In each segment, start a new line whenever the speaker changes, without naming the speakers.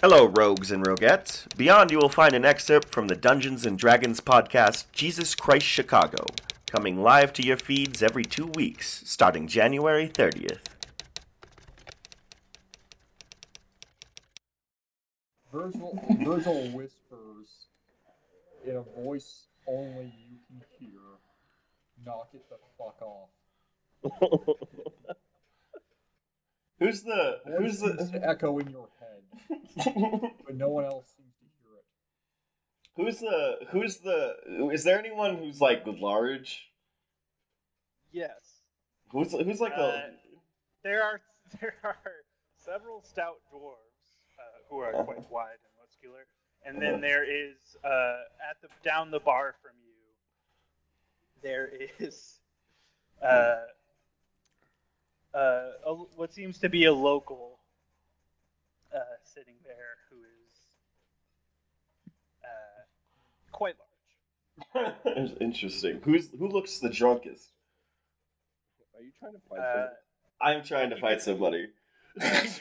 Hello, rogues and roguettes. Beyond, you will find an excerpt from the Dungeons and Dragons podcast Jesus Christ Chicago, coming live to your feeds every two weeks, starting January 30th.
Virgil, Virgil whispers in a voice only you can hear, knock it the fuck off.
Who's the.
Voice seems to echo in your head, but no one else seems to hear it.
Who's the. Who's the. Is there anyone who's like large?
Yes.
Who's, who's like
Uh, there are there are several stout dwarves uh, who are quite wide and muscular, and then there is uh, at the down the bar from you. There is uh, uh, a, what seems to be a local uh, sitting there who is uh, quite large.
Interesting. Who's Who looks the drunkest?
Are you trying to fight
Uh,
I'm trying to fight somebody.
this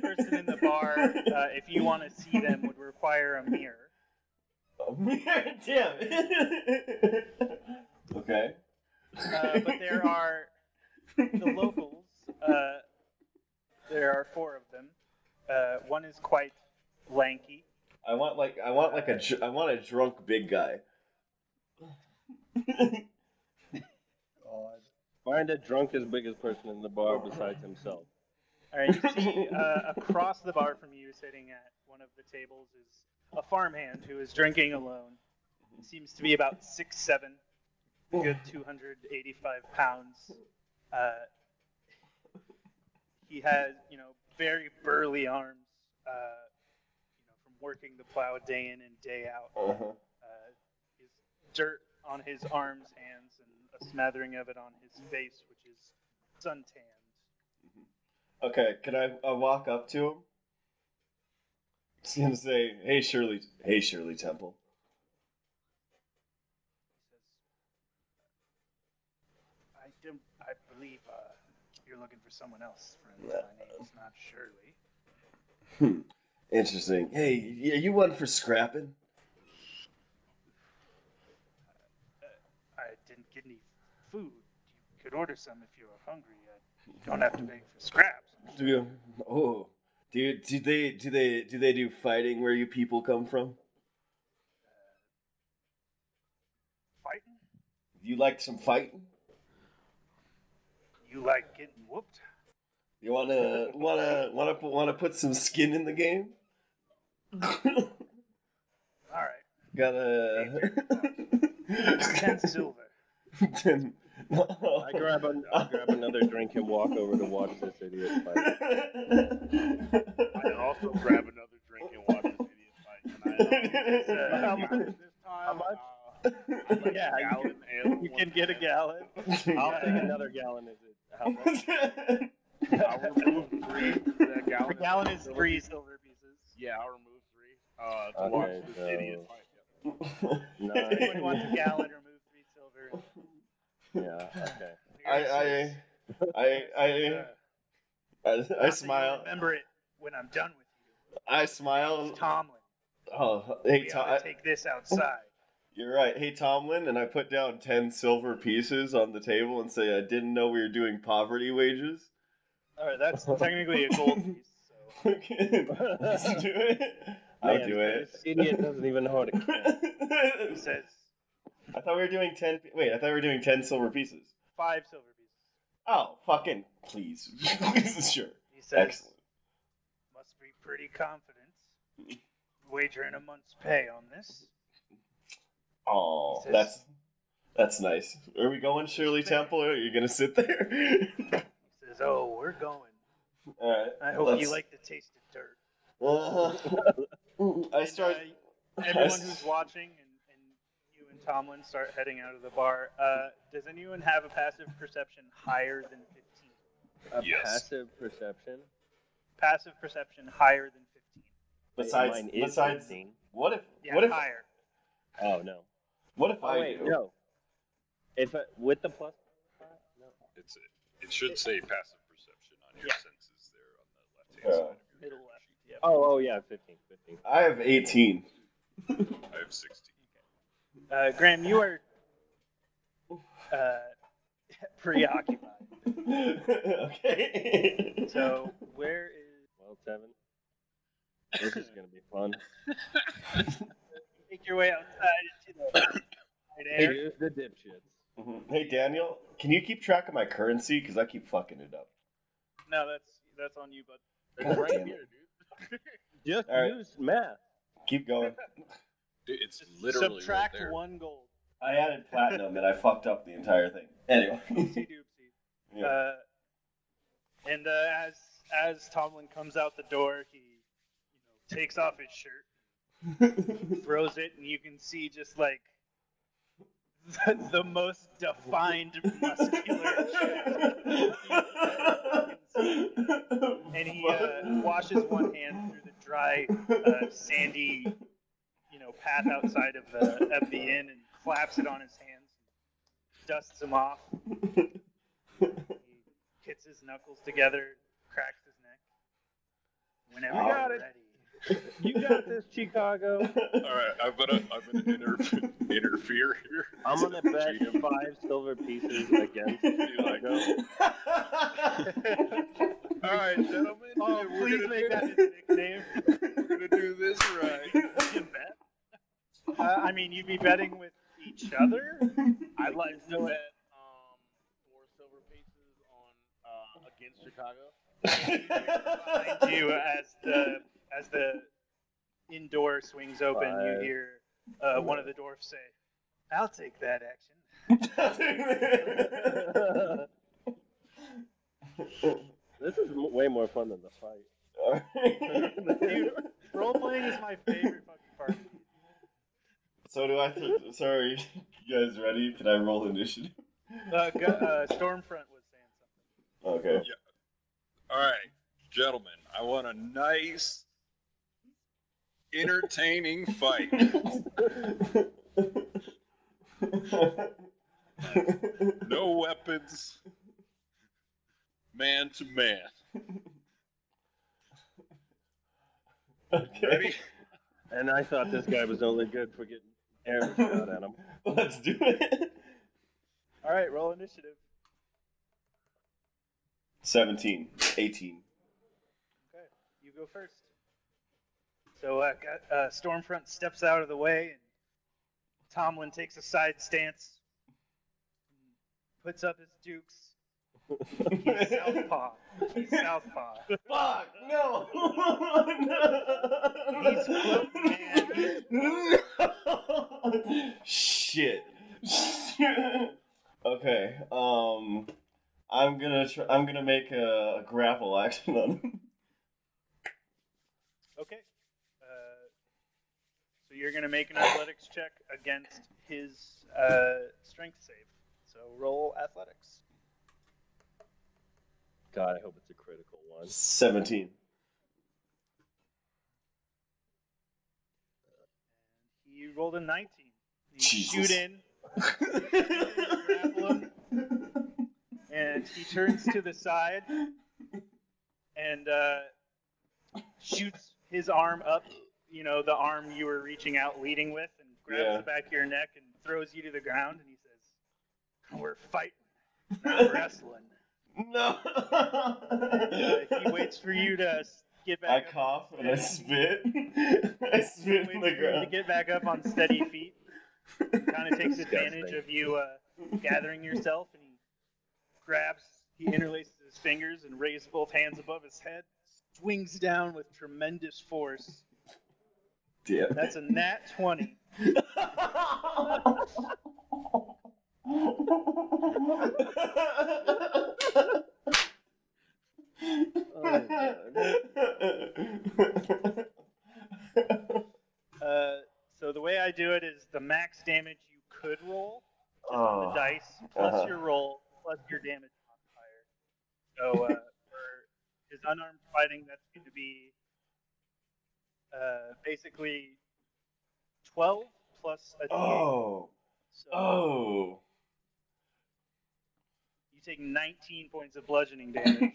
person in the bar, uh, if you want to see them, would require a mirror.
Damn. okay.
Uh, but there are the locals. Uh, there are four of them. Uh, one is quite lanky.
I want like I want like a dr- I want a drunk big guy.
God.
Find a drunk as big as person in the bar besides himself.
All right, you see uh, across the bar from you, sitting at one of the tables, is a farmhand who is drinking alone. He seems to be about six seven, a good two hundred eighty five pounds. Uh, he has, you know, very burly arms. Uh, you know, from working the plow day in and day out.
Uh-huh.
uh, his dirt on his arms, hands, and a smattering of it on his face, which is suntanned.
Okay, can I uh, walk up to him? Just gonna say, "Hey Shirley, hey Shirley Temple."
I don't. I believe uh, you're looking for someone else, friend. My name is not Shirley.
Interesting. Hey, y- are you one for scrapping?
I didn't get any food. You could order some if you are hungry. I don't have to beg for scraps.
Do you? Oh, do you, do they do they do they do fighting where you people come from?
Fighting?
You like some fighting?
You like getting whooped?
You wanna wanna wanna put, wanna put some skin in the game?
All right.
Gotta
Ten silver.
ten.
I grab, an, I grab another drink and walk over to watch this idiot fight.
I also grab another drink and watch this idiot fight tonight.
How much
Uh, this
How
time,
much?
uh, I like
Yeah, you
gallon ale,
You
one
can get a
time.
gallon.
I'll take another gallon. Is it? How much?
I'll remove three. That gallon
A gallon is three silver pieces.
Yeah, I'll remove three. Uh, to watch
Okay,
this
so-
idiot fight.
Anyone who wants a
Nine.
gallon, remove three silver.
yeah. Okay.
I I I I I, I
Not that you
smile.
Remember it when I'm done with you.
I smile.
It's Tomlin.
Oh, hey,
we
Tom,
ought to take this outside.
you're right. Hey, Tomlin, and I put down ten silver pieces on the table and say, "I didn't know we were doing poverty wages."
All right, that's technically a gold piece. So
Okay, let's do it. I'll
Man,
do it.
This idiot doesn't even know how to. count.
he says
I thought we were doing ten. Wait, I thought we were doing ten silver pieces.
five silver pieces.
Oh, fucking please, sure.
He says,
Excellent.
must be pretty confident. Wagering a month's pay on this.
Oh,
He says-
that's that's nice. Are we going Shirley Temple? Or are you gonna sit there?
He says, oh, we're going.
All right.
I hope
let's-
you like the taste of dirt.
Uh, I
And,
start.
uh, everyone who's watching and, and you and Tomlin start heading out of the bar. Uh, does anyone have a passive perception higher than 15?
A
Yes.
passive perception.
Passive perception higher than 15.
Besides,
Mine is
besides,
15.
what if?
Yeah,
what if?
higher.
Oh no.
What if
Oh
I
wait,
do?
no. If I, with the plus.
It's it should say passive perception on your
Yeah.
senses there on the left hand
Yeah.
side. Of your
Middle left. Yep.
Oh, oh yeah, 15, 15.
I have 18.
I have 16.
Uh, Graham, you are uh, preoccupied.
okay.
So where is
Well, Tevin, this is gonna be fun.
make your way outside into the right
Hey,
air?
dude, the dipshits.
Mhm.
Mm-hmm.
Hey, Daniel, can you keep track of my currency? Because I keep fucking it up.
No, that's that's on you, bud.
God
It's right
damn it.
here, dude.
Just
All right.
use math.
Keep going.
Dude, it's
Just
literally
subtract
right there.
one gold.
I added platinum and I fucked up the entire thing. Anyway.
Oopsie doopsie.
Yeah.
Uh, and uh, as as Tomlin comes out the door, he you know, takes off his shirt, throws it, and you can see just like the, the most defined muscular shape. And he uh, washes one hand through the dry, uh, sandy, you know, path outside of the of the inn, and claps it on his hands, dusts him off. He hits his knuckles together, cracks his neck. Whenever
You
got
you're
it.
ready.
You got this, Chicago.
All right, I'm gonna I'm gonna interfe- interfere here.
I'm gonna bet
GM.
five silver pieces against Chicago.
All right, gentlemen.
Oh,
we're
please
gonna
make
do-
that his nickname.
We're gonna do this right.
Uh, I mean, you'd be betting with each other.
I'd
like
to bet um, four silver pieces on uh, against Chicago.
Behind you, uh, as the as the indoor swings open, you
Five.
hear uh, one of the dwarfs say, "I'll take that action."
this is m- way more fun than the fight.
Dude, role playing is my favorite fucking part.
so do I. Th- sorry, you guys ready? Can I roll initiative?
Uh, go, uh, Stormfront was saying something.
Okay.
All right, gentlemen. I want a nice, entertaining fight. No weapons. Man to man.
okay.
Ready?
And I thought this guy was only good for getting arrows shot at him.
Let's do it.
All right, roll initiative.
17, 18.
Okay, you go first. So uh, got- uh, Stormfront steps out of the way, and Tomlin takes a side stance, puts up his dukes. He's southpaw. He's southpaw.
Fuck! No!
He's close, man.
no! Shit. okay. Um, I'm gonna tr- I'm gonna make a, a grapple action on him.
Okay. Uh, so you're gonna make an athletics check against his uh, strength save. So roll athletics.
God, I hope it's a critical one.
Seventeen.
He rolled a 19. You
Jesus.
shoot in. grapple him, and he turns to the side and uh, shoots his arm up. You know, the arm you were reaching out, leading with, and grabs
Yeah.
the back of your neck and throws you to the ground. And he says, "We're fighting, not wrestling."
No.
And, uh, he waits for you to get back.
I
up-
cough and I spit. I spit
waits
in
for
the
you to
ground.
get back up on steady feet. Kind of takes advantage
Disgusting.
of you uh, gathering yourself, and he grabs. He interlaces his fingers and raises both hands above his head. Swings down with tremendous force.
Damn.
That's a nat twenty.
Oh, God.
Uh, so the way I do it is the max damage you could roll just on
Oh,
the dice plus
uh-huh.
your roll plus your damage modifier. So uh, for his unarmed fighting, that's going to be uh, basically twelve plus a D8.
oh,
so
oh.
you take nineteen points of bludgeoning damage.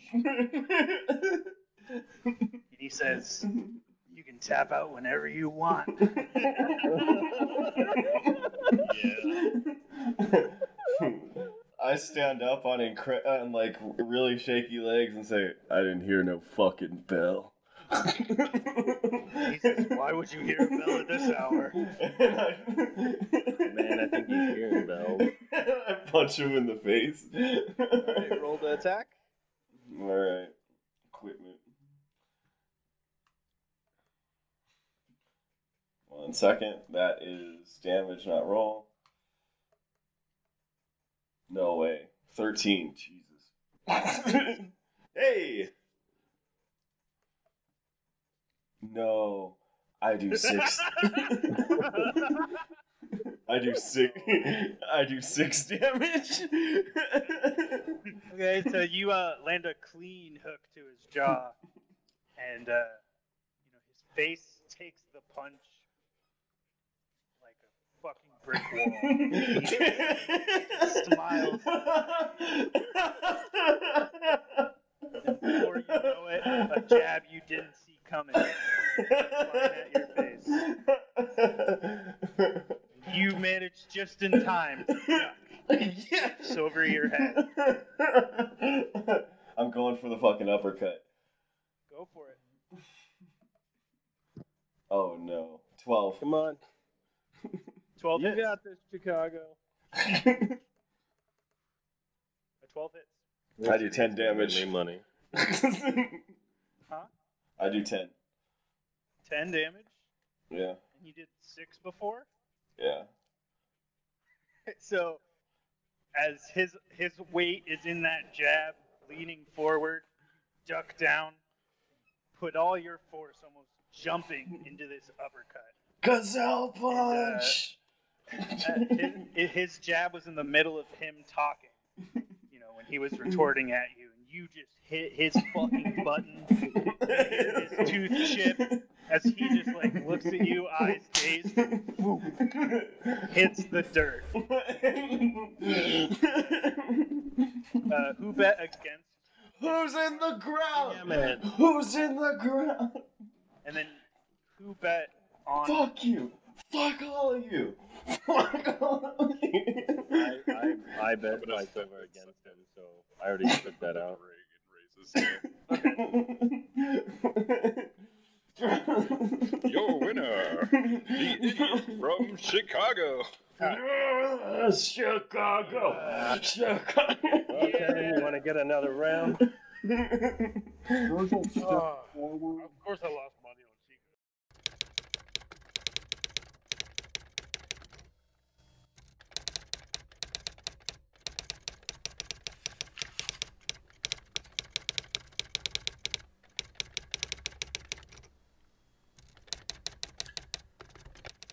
and he says,
Mm-hmm.
"You can tap out whenever you want."
I stand up on incre- on like really shaky legs and say, "I didn't hear no fucking bell."
He says, "Why would you hear a bell at this hour?"
And I-
Man, I think he's hearing bells.
I punch him in the face.
Hey, roll to attack.
All right, equipment. One second. That is damage, not roll. No way. Thirteen. Jesus. hey. No, I do six. I do six. I do six damage.
Okay, so you uh, land a clean hook to his jaw, and uh, you know his face takes the punch like a fucking brick wall. Smiles. Before you know it, a jab you didn't see coming. at your face. You manage just in time to duck
Yes.
just over your head.
I'm going for the fucking uppercut.
Go for it.
Oh no. 12.
Come on.
Twelve.
You
hits.
got this, Chicago.
A twelve hits.
I do 10 damage.
Give me money.
Huh?
I do 10.
Ten damage.
Yeah.
And you did six before.
Yeah.
so as his his weight is in that jab leaning forward duck down put all your force almost jumping into this uppercut
Gazelle punch!
Uh, his, his jab was in the middle of him talking you know when he was retorting at you and you just hit his fucking button his tooth chip as he just like looks at you eyes dazed hits the dirt uh, who bet against
Who's in the ground?
Yeah, man.
Who's in the ground?
and then who bet on
Fuck you. Fuck all of you. Fuck all of
I,
you.
I, I bet twice over against him, so I already took that out.
Your winner, from Chicago.
Chicago. Chicago.
Okay, you want to get another round?
Virgil steps
Ah.
forward.
Of course, I lost money on Chico.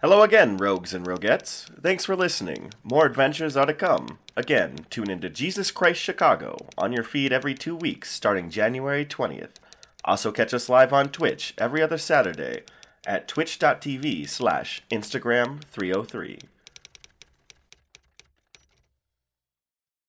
Hello again, rogues and roguettes. Thanks for listening. More adventures are to come. Again, tune into Jesus Christ Chicago on your feed every two weeks starting January 20th. Also catch us live on Twitch oh every other Saturday at twitch.tv slash Instagram 303.